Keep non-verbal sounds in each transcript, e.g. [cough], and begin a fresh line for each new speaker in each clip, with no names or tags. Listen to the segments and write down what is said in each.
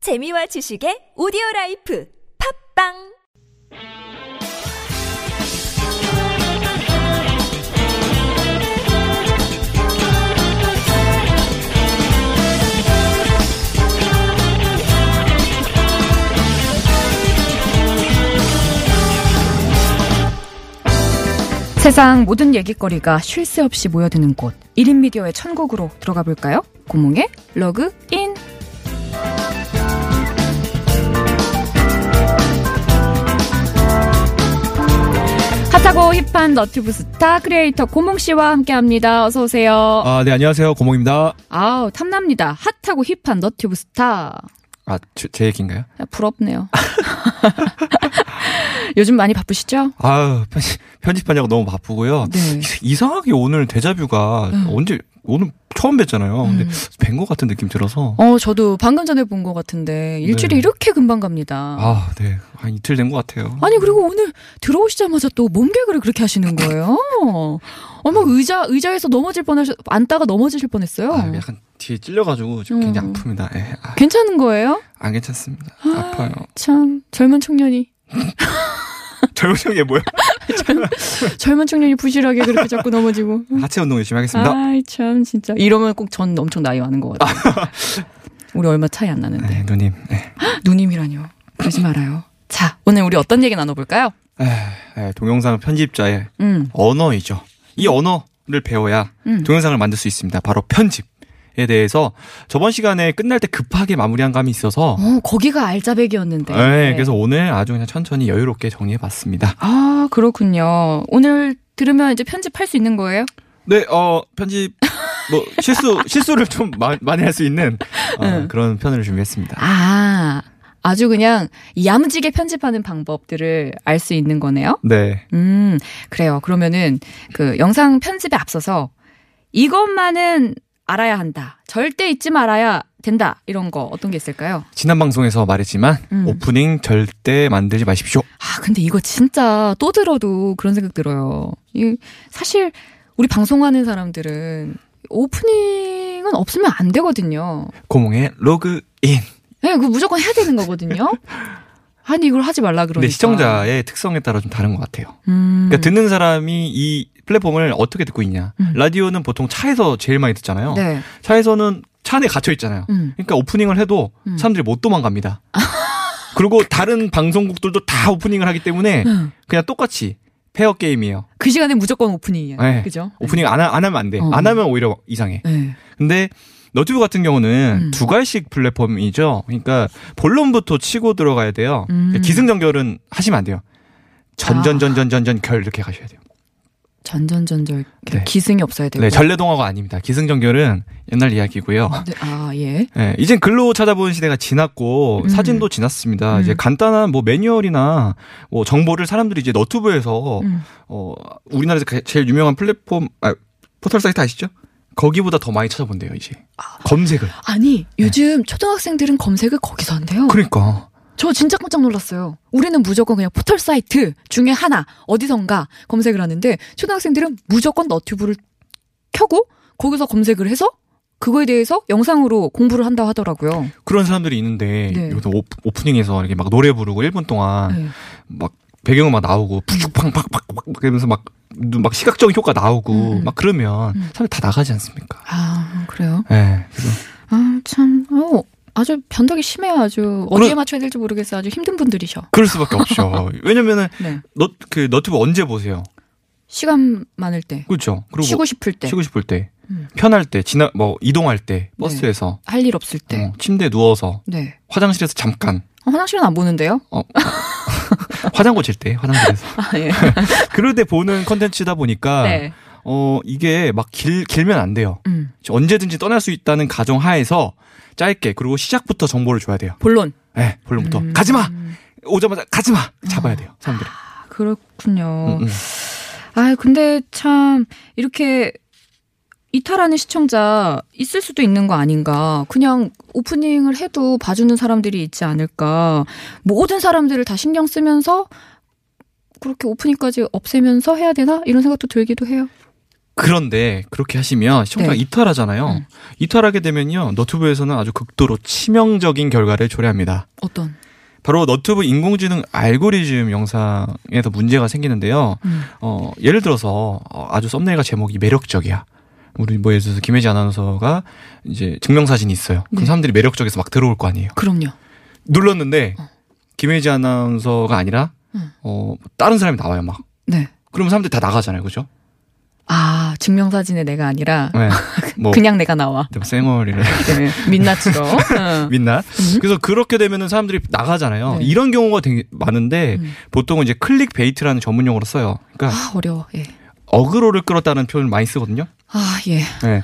재미와 지식의 오디오 라이프 팝빵
세상 모든 얘기거리가 쉴 새 없이 모여드는 곳 1인 미디어의 천국으로 들어가 볼까요? 고몽의 러그 인 핫하고 힙한 너튜브 스타 크리에이터 고몽 씨와 함께합니다. 어서 오세요.
아, 네, 안녕하세요. 고몽입니다.
아우 탐납니다. 핫하고 힙한 너튜브 스타
아, 제, 제 얘기인가요?
부럽네요. [laughs] 요즘 많이 바쁘시죠?
아유, 편집, 편집하냐고 너무 바쁘고요.
네.
이상하게 오늘 데자뷰가 언제, 오늘 처음 뵀잖아요. 근데
음.
뵌 것 같은 느낌 들어서.
어, 저도 방금 전에 본 것 같은데 일주일이
네.
이렇게 금방 갑니다.
아, 네. 한 이틀 된 것 같아요.
아니 그리고 오늘 들어오시자마자 또 몸개그를 그렇게 하시는 거예요. 어머 의자 의자에서 넘어질 뻔하셔 앉다가 넘어지실 뻔했어요.
아, 약간 뒤에 찔려가지고 지금
음.
굉장히 아픕니다. 예, 아,
괜찮은 거예요?
안 괜찮습니다.
아.
아파요. [laughs]
참 젊은 청년이
젊은 형이
[laughs]
뭐야?
젊은 청년이 부실하게 그렇게 자꾸
[laughs]
넘어지고.
하체 운동 열심히 하겠습니다.
아이 참 진짜 이러면 꼭 전 엄청 나이 많은 것 같아요.
[laughs]
우리 얼마 차이 안 나는데
네, 누님. 네.
누님이라뇨 그러지 말아요. 자 오늘 우리 어떤 얘기 나눠볼까요?
에, 에, 예, 동영상 편집자의
음,
언어이죠. 이 언어를 배워야
음.
동영상을 만들 수 있습니다. 바로 편집에 대해서 저번 시간에 끝날 때 급하게 마무리한 감이 있어서
어 거기가 알짜배기였는데.
네, 그래서 오늘 아주 그냥 천천히 여유롭게 정리해봤습니다.
아 그렇군요. 오늘 들으면 이제 편집할 수 있는 거예요?
네, 어 편집 뭐
[laughs]
실수 실수를 좀 마- 많이 할 수 있는 어,
응.
그런 편을 준비했습니다.
아, 아주 그냥 야무지게 편집하는 방법들을 알 수 있는 거네요.
네,
음, 그래요. 그러면은 그 영상 편집에 앞서서 이것만은 알아야 한다. 절대 잊지 말아야 된다. 이런 거 어떤 게 있을까요?
지난 방송에서 말했지만
음.
오프닝 절대 만들지 마십시오.
아, 근데 이거 진짜 또 들어도 그런 생각 들어요. 이 사실 우리 방송하는 사람들은 오프닝은 없으면 안 되거든요.
고몽의 로그인.
예, 그거 무조건 해야 되는 거거든요. 아니 이걸 하지 말라 그러니까.
근데 네, 시청자의 특성에 따라 좀 다른 것 같아요.
음.
그러니까 듣는 사람이 이 플랫폼을 어떻게 듣고 있냐.
음.
라디오는 보통 차에서 제일 많이 듣잖아요.
네.
차에서는 차 안에 갇혀 있잖아요.
음.
그러니까 오프닝을 해도
음.
사람들이
[laughs]
못 도망갑니다. 그리고 다른 방송국들도 다 오프닝을 하기 때문에
음.
그냥 똑같이 페어 게임이에요.
그 시간에 무조건 오프닝이야.
네.
그죠?
오프닝 안, 하- 안 하면 안 돼.
어.
안 하면 오히려 이상해.
네.
근데 너튜브 같은 경우는
음.
두 갈씩 플랫폼이죠. 그러니까 본론부터 치고 들어가야 돼요.
음.
그러니까 기승전결은 하시면 안 돼요. 전전전전전전 결 이렇게 가셔야 돼요.
전전전절
네.
기승이 없어야 되고.
네, 전래동화가 아닙니다. 기승전결은 옛날 이야기고요.
네, 아, 예.
예, 이젠 글로 찾아보는 시대가 지났고
음.
사진도 지났습니다.
음.
이제 간단한 뭐 매뉴얼이나 뭐 정보를 사람들이 이제 너튜브에서
음.
어 우리나라에서 가- 제일 유명한 플랫폼 아 포털 사이트 아시죠? 거기보다 더 많이 찾아본대요 이제 검색을.
아니, 요즘 초등학생들은 검색을 거기서 한대요.
네. 그러니까
저 진짜 깜짝 놀랐어요. 우리는 무조건 그냥 포털 사이트 중에 하나, 어디선가 검색을 하는데, 초등학생들은 무조건 너튜브를 켜고, 거기서 검색을 해서, 그거에 대해서 영상으로 공부를 한다 하더라고요.
그런 사람들이 있는데
네.
여기서 오프, 닝에서 이렇게 막 노래 부르고 1분 동안
네.
막 배경음악 나오고 푹팍팍팍팍 그러면서 막. 눈- 막 시각적인 효과 나오고
음, 음.
막 그러면
음.
사람들 다 나가지 않습니까?
아, 그래요?
예. 그래서
아, 참. 어, 아주 변덕이 심해요. 아주 어디에
그래-
맞춰야 될지 모르겠어요. 아주 힘든 분들이셔.
그럴 수밖에 없죠. 왜냐면은
네.
너, 그 너튜브 언제 보세요?
시간 많을 때,
그렇죠. 그리고
쉬고
뭐
싶을 때,
쉬고 싶을 때,
음. 네.
편할 때, 지나 뭐 이동할 때, 버스에서,
할 일 없을 때.
어, 침대에 누워서,
네.
화장실에서 잠깐,
어, 화장실은 안 보는데요?
화장 고칠 때, 화장실에서.
[laughs] 아, 예.
그럴 때 보는 컨텐츠다 보니까
네.
어 이게 막 길, 길면 안 돼요.
음.
언제든지 떠날 수 있다는 가정 하에서 짧게 그리고 시작부터 정보를 줘야 돼요.
본론.
예, 본론부터
음.
가지 마. 오자마자 가지 마. 잡아야 돼요. 사람들이.
아, 그렇군요.
음, 음.
아, 근데 참, 이렇게 이탈하는 시청자 있을 수도 있는 거 아닌가. 그냥 오프닝을 해도 봐주는 사람들이 있지 않을까. 모든 사람들을 다 신경 쓰면서 그렇게 오프닝까지 없애면서 해야 되나? 이런 생각도 들기도 해요.
그런데 그렇게 하시면 시청자 가
네.
이탈하잖아요.
음.
이탈하게 되면요. 너튜브에서는 아주 극도로 치명적인 결과를 초래합니다.
어떤?
바로 너튜브 인공지능 알고리즘 영상에서 문제가 생기는데요.
음.
어, 예를 들어서 어, 아주 썸네일과 제목이 매력적이야. 우리 뭐 예를 들어서 김혜지 아나운서가 이제 증명사진이 있어요. 그럼
네.
사람들이 매력적에서 막 들어올 거 아니에요.
그럼요.
눌렀는데 김혜지 아나운서가
어.
아니라
음.
어, 다른 사람이 나와요 막.
네.
그러면 사람들이 다
[laughs]
나가잖아요, 그죠?
아 증명사진에 내가 아니라
네. 뭐
그냥 내가 나와.
쌩얼이래.
네. 민낯으로. 응.
민나. 그래서 그렇게 되면은 사람들이 나가잖아요.
어? 음? 네.
이런 경우가 되게 많은데
음.
보통은 이제 클릭 베이트라는 전문 용어로 써요. 그러니까
아 어려워. 예.
어그로를 끌었다는 표현을 많이 쓰거든요.
아 예.
네.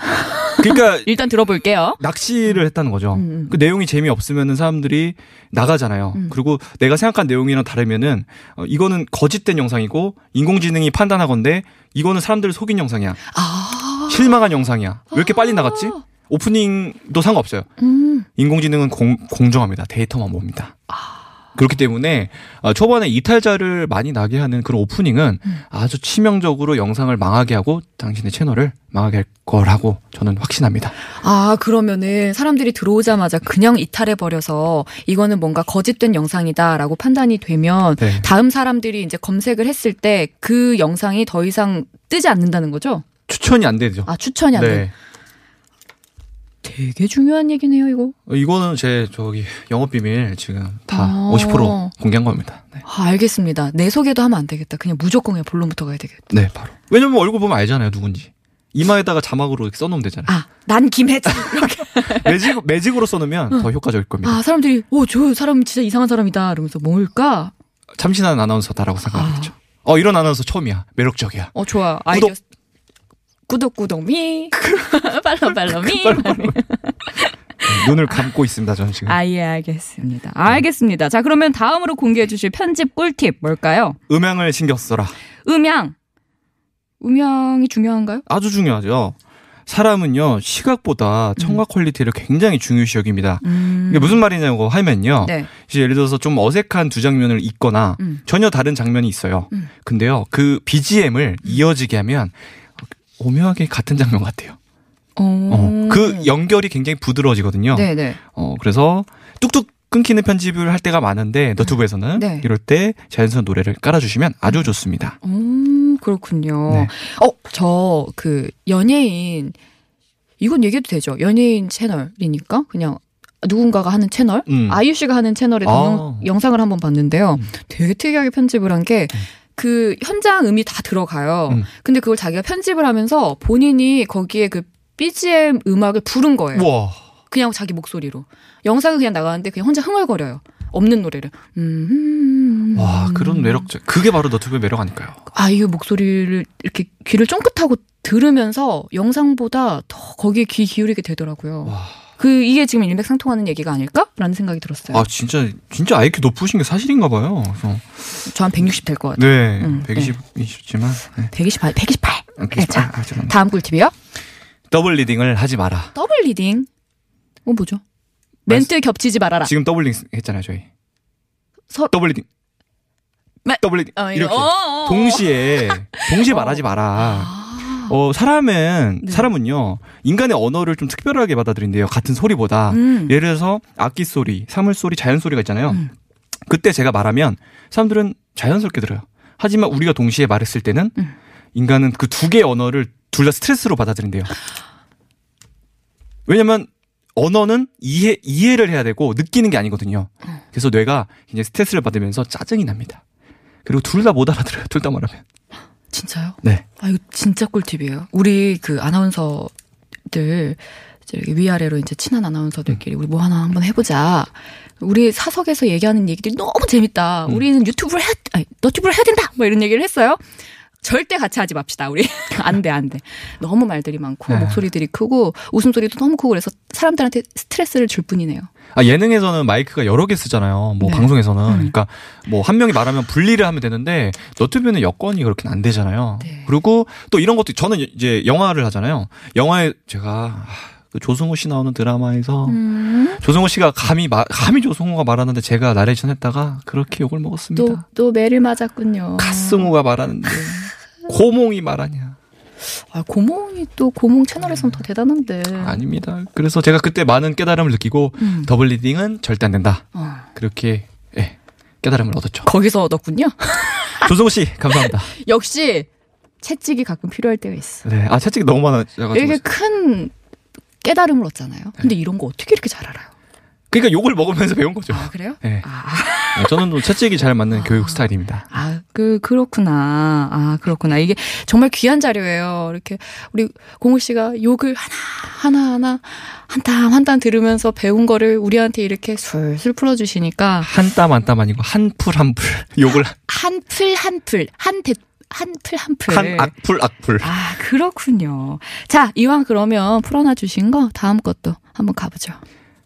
그러니까 [laughs]
일단 들어볼게요.
낚시를 했다는 거죠.
음, 음.
그 내용이 재미없으면은 사람들이 나가잖아요.
음.
그리고 내가 생각한 내용이랑 다르면은 어, 이거는 거짓된 영상이고 인공지능이 판단하건데 이거는 사람들을 속인 영상이야.
아.
실망한 영상이야. 왜 이렇게 빨리 나갔지? 오프닝도 상관없어요.
음.
인공지능은 공, 공정합니다. 데이터만 봅니다.
아.
그렇기 때문에 어, 초반에 이탈자를 많이 나게 하는 그런 오프닝은
음.
아주 치명적으로 영상을 망하게 하고 당신의 채널을 망하게 할 거라고 저는 확신합니다.
아, 그러면은 사람들이 들어오자마자 그냥 이탈해버려서 이거는 뭔가 거짓된 영상이다라고 판단이 되면
네.
다음 사람들이 이제 검색을 했을 때 그 영상이 더 이상 뜨지 않는다는 거죠?
추천이 안 되죠.
아, 추천이 안 돼.
네.
되게 중요한 얘기네요, 이거.
어, 이거는 제 저기 영업 비밀 지금 다
아.
50% 공개한 겁니다. 네.
아, 알겠습니다. 내 소개도 하면 안 되겠다. 그냥 무조건 그냥 본론부터 가야 되겠다.
네, 바로. 왜냐면 얼굴 보면 알잖아요, 누군지. 이마에다가 자막으로 이렇게
[laughs]
써놓으면 되잖아요.
아, 난 김혜지. [laughs] 이렇게.
매직, 매직으로 써놓으면 더 효과적일 겁니다.
아, 사람들이, 오, 저 사람 진짜 이상한 사람이다. 이러면서 뭘까?
참신한 아나운서다라고 생각하겠죠. 어, 이런 아나운서 처음이야. 매력적이야.
어, 좋아. 아이디어. 구독, 구독, 미. [laughs] 팔로우, 팔로우, 미.
네, 눈을 감고 있습니다, 저는 지금.
아, 예, 알겠습니다. 알겠습니다. 자, 그러면 다음으로 공개해 주실 편집 꿀팁 뭘까요?
음향을 신경 써라.
음향. 음향이 중요한가요?
아주 중요하죠. 사람은요, 시각보다 청각 퀄리티를 굉장히 중요시 여깁니다.
음.
이게 무슨 말이냐고 하면요.
네.
이제 예를 들어서 좀 어색한 두 장면을 읽거나
음.
전혀 다른 장면이 있어요.
음.
근데요, 그 BGM을 이어지게 하면 오묘하게 같은 장면 같아요.
어.
어, 그 연결이 굉장히 부드러워지거든요.
네, 네.
어, 그래서 뚝뚝 끊기는 편집을 할 때가 많은데 너튜브에서는
네.
이럴 때 자연스러운 노래를 깔아주시면 아주 좋습니다.
음, 그렇군요.
네.
어, 저, 그, 연예인, 이건 얘기해도 되죠. 연예인 채널이니까, 그냥, 누군가가 하는 채널?
음.
아이유 씨가 하는 채널에 영,
아.
영상을 한번 봤는데요.
음.
되게 특이하게 편집을 한 게, 그 현장 음이 다 들어가요.
음.
근데 그걸 자기가 편집을 하면서 본인이 거기에 그 BGM 음악을 부른
네.
거예요.
우와.
그냥 자기 목소리로. 영상은 그냥 나가는데 그냥 혼자 흥얼거려요. 없는 노래를. 음.
와, 그런 매력적. 그게 바로 너튜브의 매력 아닐까요?
아이유 목소리를 이렇게 귀를 쫑긋하고 들으면서 영상보다 더 거기에 귀 기울이게 되더라고요.
와.
그 이게 지금 일맥상통하는 얘기가 아닐까라는 생각이 들었어요.
아, 진짜, 진짜 IQ 높으신 게 사실인가 봐요. 그래서
저 한 160 될 것 같아요.
네.
음,
120이시지만.
128, 128. 자,
아, 죄송합니다.
다음 꿀팁이요?
더블 리딩을 하지 마라.
더블 리딩. 어 뭐죠? 멘트 겹치지 말아라.
지금 더블 리딩 했잖아요, 저희.
서-
더블 리딩.
마-
더블 리딩.
어,
이렇게.
어, 어, 어.
동시에,
[laughs]
동시에 말하지 마라.
아.
어, 사람은,
네.
사람은요, 인간의 언어를 좀 특별하게 받아들인대요. 같은 소리보다.
음.
예를 들어서, 악기 소리, 사물 소리, 자연 소리가 있잖아요.
음.
그때 제가 말하면, 사람들은 자연스럽게 들어요. 하지만 우리가 동시에 말했을 때는,
음.
인간은 그 두 개의 언어를 둘 다 스트레스로 받아들인대요. 왜냐면, 언어는 이해, 이해를 해야 되고, 느끼는 게 아니거든요. 그래서 뇌가 굉장히 스트레스를 받으면서 짜증이 납니다. 그리고 둘 다 못 알아들어요. 둘 다 말하면.
진짜요?
네.
아 이거 진짜 꿀팁이에요. 우리 그 아나운서들 이제 이렇게 위아래로 이제 친한 아나운서들끼리 우리 뭐 하나 한번 해보자. 우리 사석에서 얘기하는 얘기들이 너무 재밌다.
음.
우리는 유튜브를 해야 아니, 너튜브를 해야 된다. 뭐 이런 얘기를 했어요. 절대 같이 하지 맙시다. 우리 [laughs] 안 돼 안 돼. 너무 말들이 많고
네.
목소리들이 크고 웃음소리도 너무 크고 그래서 사람들한테 스트레스를 줄 뿐이네요.
아, 예능에서는 마이크가 여러 개 쓰잖아요. 뭐
네.
방송에서는. 그러니까 뭐 한 명이 말하면 분리를 하면 되는데 너튜브는 여건이 그렇게는 안 되잖아요.
네.
그리고 또 이런 것도 저는 이제 영화를 하잖아요. 영화에 제가 아, 그 조승우 씨 나오는 드라마에서
음.
조승우 씨가 감히 마- 감히 조승우가 말하는데 제가 나레이션 했다가 그렇게 욕을 먹었습니다.
또 매를 맞았군요. [laughs]
가승우가 말하는데 고몽이 말하냐.
아, 고몽이 또 고몽 채널에서는 더 대단한데.
네. 아닙니다. 그래서 제가 그때 많은 깨달음을 느끼고
음.
더블 리딩은 절대 안 된다.
어.
그렇게 예, 깨달음을 얻었죠.
거기서 얻었군요.
조성우 씨 감사합니다.
역시 채찍이 가끔 필요할 때가 있어.
네, 아 채찍이 너무 많아가지고
이렇게 큰 깨달음을 얻잖아요. 근데 이런 거 어떻게 이렇게 잘 알아요?
그러니까 욕을 먹으면서 배운 거죠.
아, 그래요?
예,
아.
네, 저는 좀 채찍이 잘 맞는 교육 스타일입니다.
아, 그, 그렇구나. 아, 그렇구나. 이게 정말 귀한 자료예요. 이렇게 우리 공우 씨가 욕을 하나, 하나, 하나, 한 땀, 한 땀 들으면서 배운 거를 우리한테 이렇게 술술 풀어주시니까
한 땀 한 땀 아니고 한 풀 한 풀 [laughs] 욕을
한 풀, 한 풀, 한 대, 한 풀, 한 풀.
한 악풀 악풀.
아, 그렇군요. 자, 이왕 그러면 풀어놔 주신 거 다음 것도 한번 가보죠.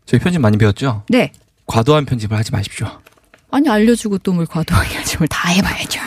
저희 편집 많이 배웠죠.
네.
과도한 편집을 하지 마십시오.
아니, 알려주고 또 뭘 과도하게 뭘다 해봐야죠.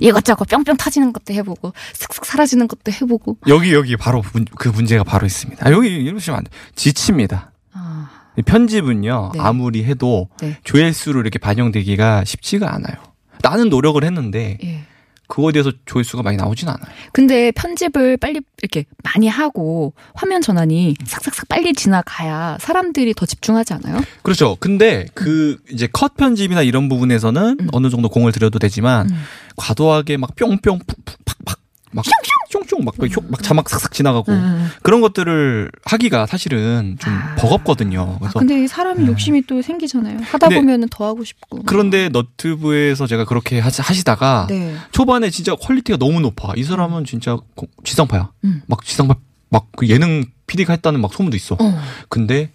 이것저것 뿅뿅 터지는 것도 해보고, 슥슥 사라지는 것도 해보고.
여기 여기 바로 문- 그 문제가 바로 있습니다. 아, 여기 이러시면 안 돼. 지칩니다.
아,
이 편집은요
네.
아무리 해도
네.
조회수로 이렇게 반영되기가 쉽지가 않아요. 나는 노력을 했는데
예.
그거에 대해서 조회수가 많이 나오진 않아요.
근데 편집을 빨리 이렇게 많이 하고 화면 전환이 싹싹싹 빨리 지나가야 사람들이 더 집중하지 않아요?
그렇죠. 근데 그 이제 컷 편집이나 이런 부분에서는
음.
어느 정도 공을 들여도 되지만
음.
과도하게 막 뿅뿅 푹푹 팍팍 막 쫑쫑 막, 그 효- 막 자막 싹싹 지나가고
음.
그런 것들을 하기가 사실은 좀
아.
버겁거든요.
아,
그래서 네.
근데 사람이 욕심이 또 생기잖아요. 하다
근데-
보면은 더 하고 싶고.
그런데 너튜브에서 제가 그렇게 하시- 하시다가
네.
초반에 진짜 퀄리티가 너무 높아. 이 사람은 진짜 고- 지상파야.
음.
막 지상파 막 그 예능 PD가 했다는 막 소문도 있어.
어.
근데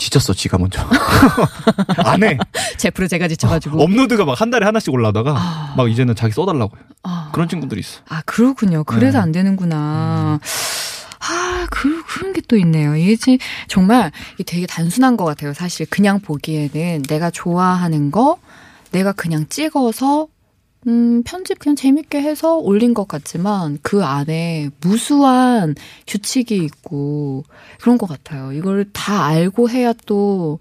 지쳤어 지가 먼저 [laughs] 안 해.
제프로 제가 지쳐가지고.
뭐 업로드가 막 한 달에 하나씩 올라오다가
아.
막 이제는 자기 써달라고요.
아.
그런 친구들이 있어.
아, 그렇군요. 그래서
네. 음.
안 되는구나. 아, 그, 그런 게 또 있네요. 이게 지- 정말 이게 되게 단순한 것 같아요. 사실 그냥 보기에는 내가 좋아하는 거, 내가 그냥 찍어서, 음, 편집 그냥 재밌게 해서 올린 것 같지만 그 안에 무수한 규칙이 있고 그런 것 같아요. 이걸 다 알고 해야 또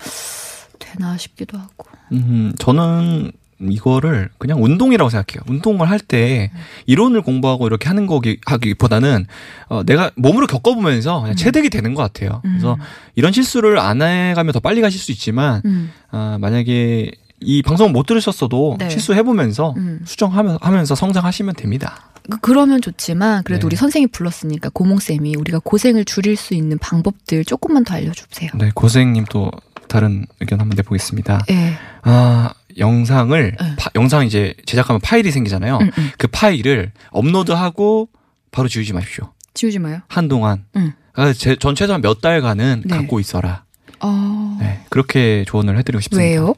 되나 싶기도 하고.
음, 저는 이거를 그냥 운동이라고 생각해요. 운동을 할 때 이론을 공부하고 이렇게 하는 거기 하기보다는 어, 내가 몸으로 겪어보면서
음.
그냥 체득이 되는 것 같아요. 그래서 이런 실수를 안 해가면 더 빨리 가실 수 있지만
음,
아, 만약에 이 방송 못 들으셨어도
네.
실수해보면서
음.
수정하면서 성장하시면 됩니다.
그- 그러면 좋지만 그래도
네.
우리 선생이 불렀으니까 고몽 쌤이 우리가 고생을 줄일 수 있는 방법들 조금만 더 알려주세요.
네, 고생님 또 다른 의견 한번 내보겠습니다.
예.
아, 영상을,
네.
파- 영상 이제 제작하면 파일이 생기잖아요.
음, 음.
그 파일을 업로드하고 바로 지우지 마십시오.
지우지 마요.
한동안.
음.
아, 제, 전 최소한 몇 달간은
네.
갖고 있어라.
어.
네, 그렇게 조언을 해드리고 싶습니다.
왜요?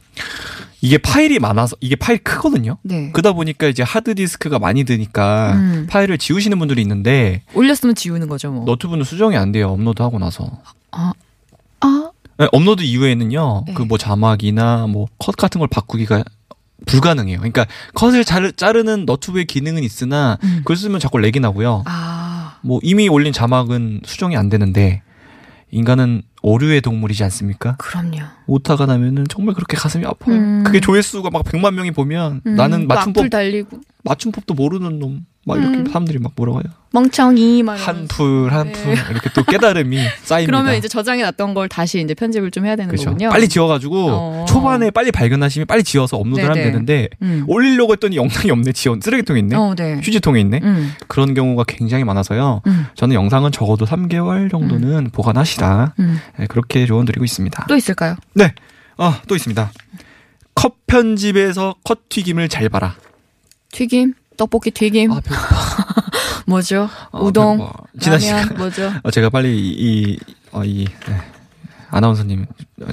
이게 파일이 많아서, 이게 파일 크거든요.
네.
그러다 보니까 이제 하드디스크가 많이 드니까
음.
파일을 지우시는 분들이 있는데
올렸으면 지우는 거죠, 뭐.
너튜브는 수정이 안 돼요. 업로드 하고 나서.
아,
네, 업로드 이후에는요.
네.
그 뭐 자막이나 뭐 컷 같은 걸 바꾸기가 불가능해요. 그러니까 컷을 자르, 자르는 너튜브의 기능은 있으나
음.
그걸 쓰면 자꾸 렉이 나고요.
아.
뭐 이미 올린 자막은 수정이 안 되는데 인간은 오류의 동물이지 않습니까?
그럼요.
오타가 나면은 정말 그렇게 가슴이 아파요.
음.
그게 조회수가 막 100만 명이 보면 나는 맞춤법
을 음, 뭐 달리고
맞춤법도 모르는 놈 막 이렇게
음.
사람들이 막 뭐라고 해요.
멍청이 막
한
이러면서.
풀 한 풀
네.
이렇게
[laughs]
또 깨달음이 쌓입니다.
그러면 이제 저장해 놨던 걸 다시 이제 편집을 좀 해야 되는
그렇죠.
거군요.
빨리 지워가지고
어.
초반에 빨리 발견하시면 빨리 지워서 업로드를
네네.
하면 되는데
음.
올리려고 했더니 영상이 없네. 지원 쓰레기통에 있네.
어, 네.
휴지통에 있네.
음.
그런 경우가 굉장히 많아서요.
음.
저는 영상은 적어도 3개월 정도는 보관하시라
음.
네, 그렇게 조언 드리고 있습니다.
또 있을까요?
네, 아, 또 있습니다. 컷 편집에서 컷 튀김을 잘 봐라.
튀김, 떡볶이 튀김,
아, 배고파.
뭐죠?
아,
음. 우동,
배고파. 지난 시간
라면, 뭐죠?
어, 제가 빨리 이, 이, 어, 이 네. 아나운서님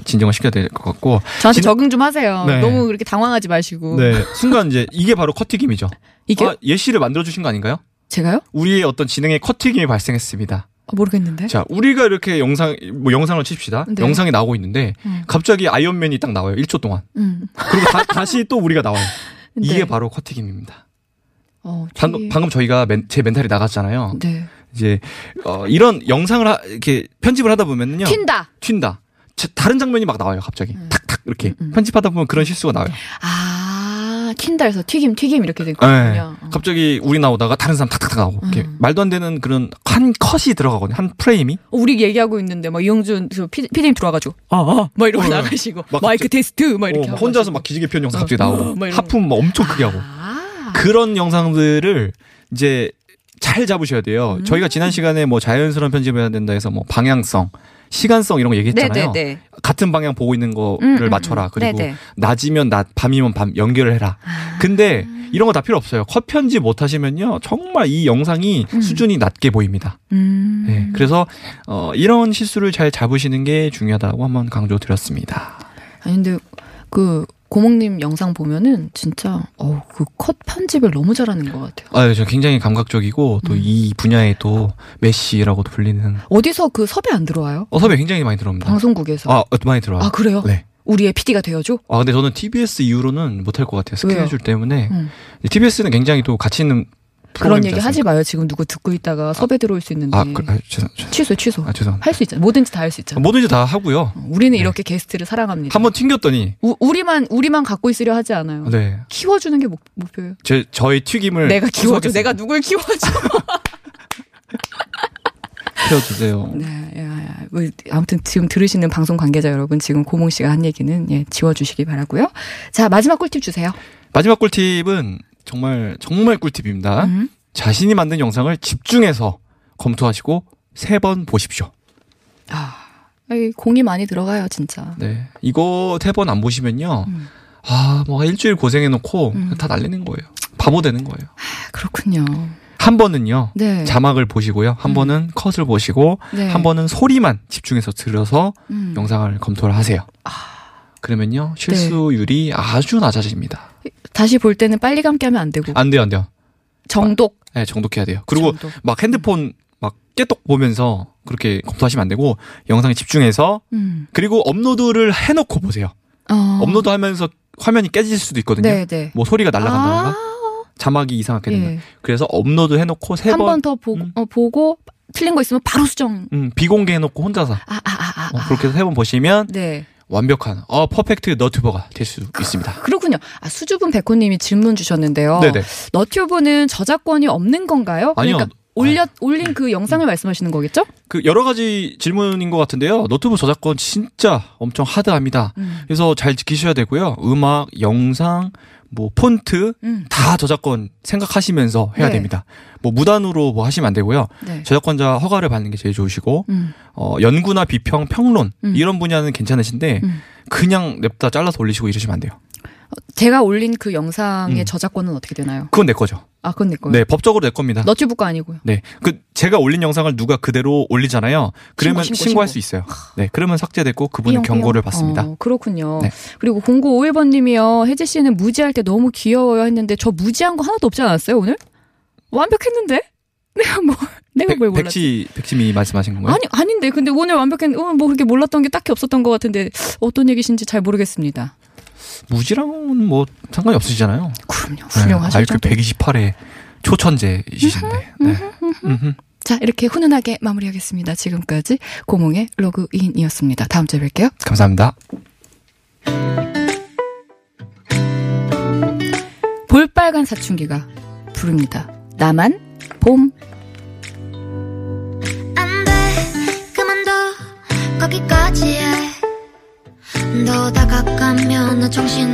진정을 시켜야 될 것 같고
저한테
진-
적응 좀 하세요.
네.
너무 그렇게 당황하지 마시고.
네 순간 이제 이게 바로 커튀김이죠.
음. 이게
아, 예시를 만들어 주신 거 아닌가요?
제가요?
우리의 어떤 지능의 커튀김이 발생했습니다.
아, 모르겠는데.
자 우리가 이렇게 영상 뭐 영상을 칩시다.
네.
영상이 나오고 있는데
음.
갑자기 아이언맨이 딱 나와요. 1초 동안.
음.
그리고 다, 시또 우리가 나와요.
[laughs] 네.
이게 바로 커튀김입니다.
어, 튀김.
방금, 방금 저희가 멘- 제 멘탈이 나갔잖아요.
네.
이제 어, 이런 영상을 하- 이렇게 편집을 하다 보면요.
튄다.
튄다. 자- 다른 장면이 막 나와요, 갑자기. 탁탁 이렇게
음.
편집하다 보면 그런 실수가 나와요.
아, 튄다 해서 튀김 튀김 이렇게 되거든요.
네.
어. 음.
갑자기 우리 나오다가 다른 사람 탁탁탁 나오고 이렇게 말도 안 되는 그런 한 컷이 들어가거든요. 한 프레임이.
우리 얘기하고 있는데 막 이영준 저 피- 피디님 들어와가지고 아아막 이러고
어,
나가시고
막
마이크 테스트 막
어,
이렇게
막
하고
혼자서 막 기지개 편 영상 갑자기
어, 막
나오고
이런
하품 막 엄청 크게 하고
아.
그런 영상들을 이제 잘 잡으셔야 돼요. 저희가 지난 시간에 뭐 자연스러운 편집을 해야 된다 해서 뭐 방향성, 시간성 이런 거 얘기했잖아요.
네네네.
같은 방향 보고 있는 거를
음, 음,
맞춰라. 그리고
네네.
낮이면 낮, 밤이면 밤 연결을 해라. 근데 이런 거 다 필요 없어요. 컷 편집 못 하시면요. 정말 이 영상이 수준이 낮게 보입니다.
음.
네, 그래서 어, 이런 실수를 잘 잡으시는 게 중요하다고 한번 강조드렸습니다.
아니 근데 그 고목님 영상 보면은 진짜 어우 그 컷 편집을 너무 잘하는 것 같아요.
아, 저 굉장히 감각적이고
음.
또 이 분야에 또 메시라고도 불리는
어디서 그 섭외 안 들어와요?
어, 섭외 굉장히 많이 들어옵니다.
방송국에서.
아, 어, 많이 들어와요.
아, 그래요?
네.
우리의 PD가 되어줘?
아, 근데 저는 TBS 이후로는 못할 것 같아요.
왜요?
스케줄 때문에.
음.
TBS는 굉장히 또 가치 있는
그런
프로그램이지
얘기 하지 음.
않습니까?
마요. 지금 누구 듣고 있다가 섭외 들어올 수 있는데.
아, 그, 아, 죄송, 죄송,
취소 취소.
아, 죄송합니다.
할 수 있잖아. 뭐든지 다 할 수 있잖아.
뭐든지 다 하고요.
어, 우리는 이렇게 게스트를 사랑합니다.
한번 튕겼더니,
우, 우리만 우리만 갖고 있으려 하지 않아요. 네,
네.
키워주는 게 목, 목표예요.
제, 저의 튀김을.
음. 내가 키워줘.
구속해서
내가 누굴 키워줘.
태워주세요.
[laughs] 네, 야, 야. 뭐, 아무튼 지금 들으시는 방송 관계자 여러분, 지금 고몽 씨가 한 얘기는 예, 지워주시기 바라고요. 자, 마지막 꿀팁 주세요.
마지막 꿀팁은 정말, 정말 꿀팁입니다.
음.
자신이 만든 영상을 집중해서 검토하시고 세 번 보십시오.
아, 아이, 공이 많이 들어가요, 진짜.
네. 이거 세 번 안 보시면요.
음.
아, 뭐 일주일 고생해놓고
음.
다 날리는 거예요. 바보 되는 거예요.
아, 그렇군요.
한 번은요.
네.
자막을 보시고요. 한
음.
번은 컷을 보시고
네.
한 번은 소리만 집중해서 들어서
음. 아. 네.
영상을 검토를 하세요. 그러면요 실수율이 아주 낮아집니다.
다시 볼 때는 빨리 감기 하면 안 되고. 아,
안 돼요, 안 돼요.
정독.
네, 정독해야 돼요. 그리고
정독.
막 핸드폰 막 깨똑 보면서 그렇게 검토하시면 안 되고 영상에 집중해서
음.
그리고 업로드를 해놓고 보세요.
어.
업로드 하면서 화면이 깨질 수도 있거든요.
네, 네.
뭐 소리가 날아간다던가 자막이 이상하게 된다. 그래서 업로드 해놓고
예.
세
한
번
번 더 보고,
음.
어, 보고, 틀린 거 있으면 바로 수정.
음, 비공개 해놓고 혼자서
아, 아, 아, 아.
어,
아.
그렇게 해서 세 번 보시면
네.
완벽한 어 퍼펙트 너튜버가 될 수 있습니다.
그렇군요. 아, 수줍은 백호님이 질문 주셨는데요.
네네.
너튜브는 저작권이 없는 건가요?
아니요.
그러니까 올려 올린 그 영상을 말씀하시는 거겠죠?
그 여러 가지 질문인 것 같은데요. 노트북 저작권 진짜 엄청 하드합니다.
음.
그래서 잘 지키셔야 되고요. 음악, 영상, 뭐 폰트
음.
다 저작권 생각하시면서 해야
네.
됩니다. 뭐 무단으로 뭐 하시면 안 되고요.
네.
저작권자 허가를 받는 게 제일 좋으시고
음.
어, 연구나 비평, 평론
음.
이런 분야는 괜찮으신데
음.
그냥 냅다 잘라서 올리시고 이러시면 안 돼요.
제가 올린 그 영상의
음.
저작권은 어떻게 되나요?
그건 내 거죠.
아, 그건 내 거예요.
네, 법적으로 내 겁니다.
너튜브 거 아니고요.
네. 그 제가 올린 영상을 누가 그대로 올리잖아요. 그러면
신고, 신고,
신고, 할
신고.
수 있어요. 네. 그러면 삭제됐고 그분은
삐용,
경고를
삐용.
받습니다.
어, 그렇군요.
네.
그리고 0951번 님이요. 혜지 씨는 무지할 때 너무 귀여워요 했는데 저 무지한 거 하나도 없지 않았어요, 오늘? 완벽했는데? [laughs] 내가 뭘 내가
백,
뭘 몰랐지?
백치 백치미 말씀하신 건가요?
아니 아닌데 근데 오늘 완벽했는데 어, 뭐 그렇게 몰랐던 게 딱히 없었던 것 같은데 어떤 얘기신지 잘 모르겠습니다.
무지랑은 뭐 상관이 없으시잖아요.
그럼요.
네.
훌륭하죠.
IQ 128의 초천재이신데. 네. 음흠.
자, 이렇게 훈훈하게 마무리하겠습니다. 지금까지 고몽의 로그인이었습니다. 다음 주에 뵐게요.
감사합니다.
볼빨간 사춘기가 부릅니다. 나만 봄
안돼 그만둬 거기까지야 너 다가가면 나 정신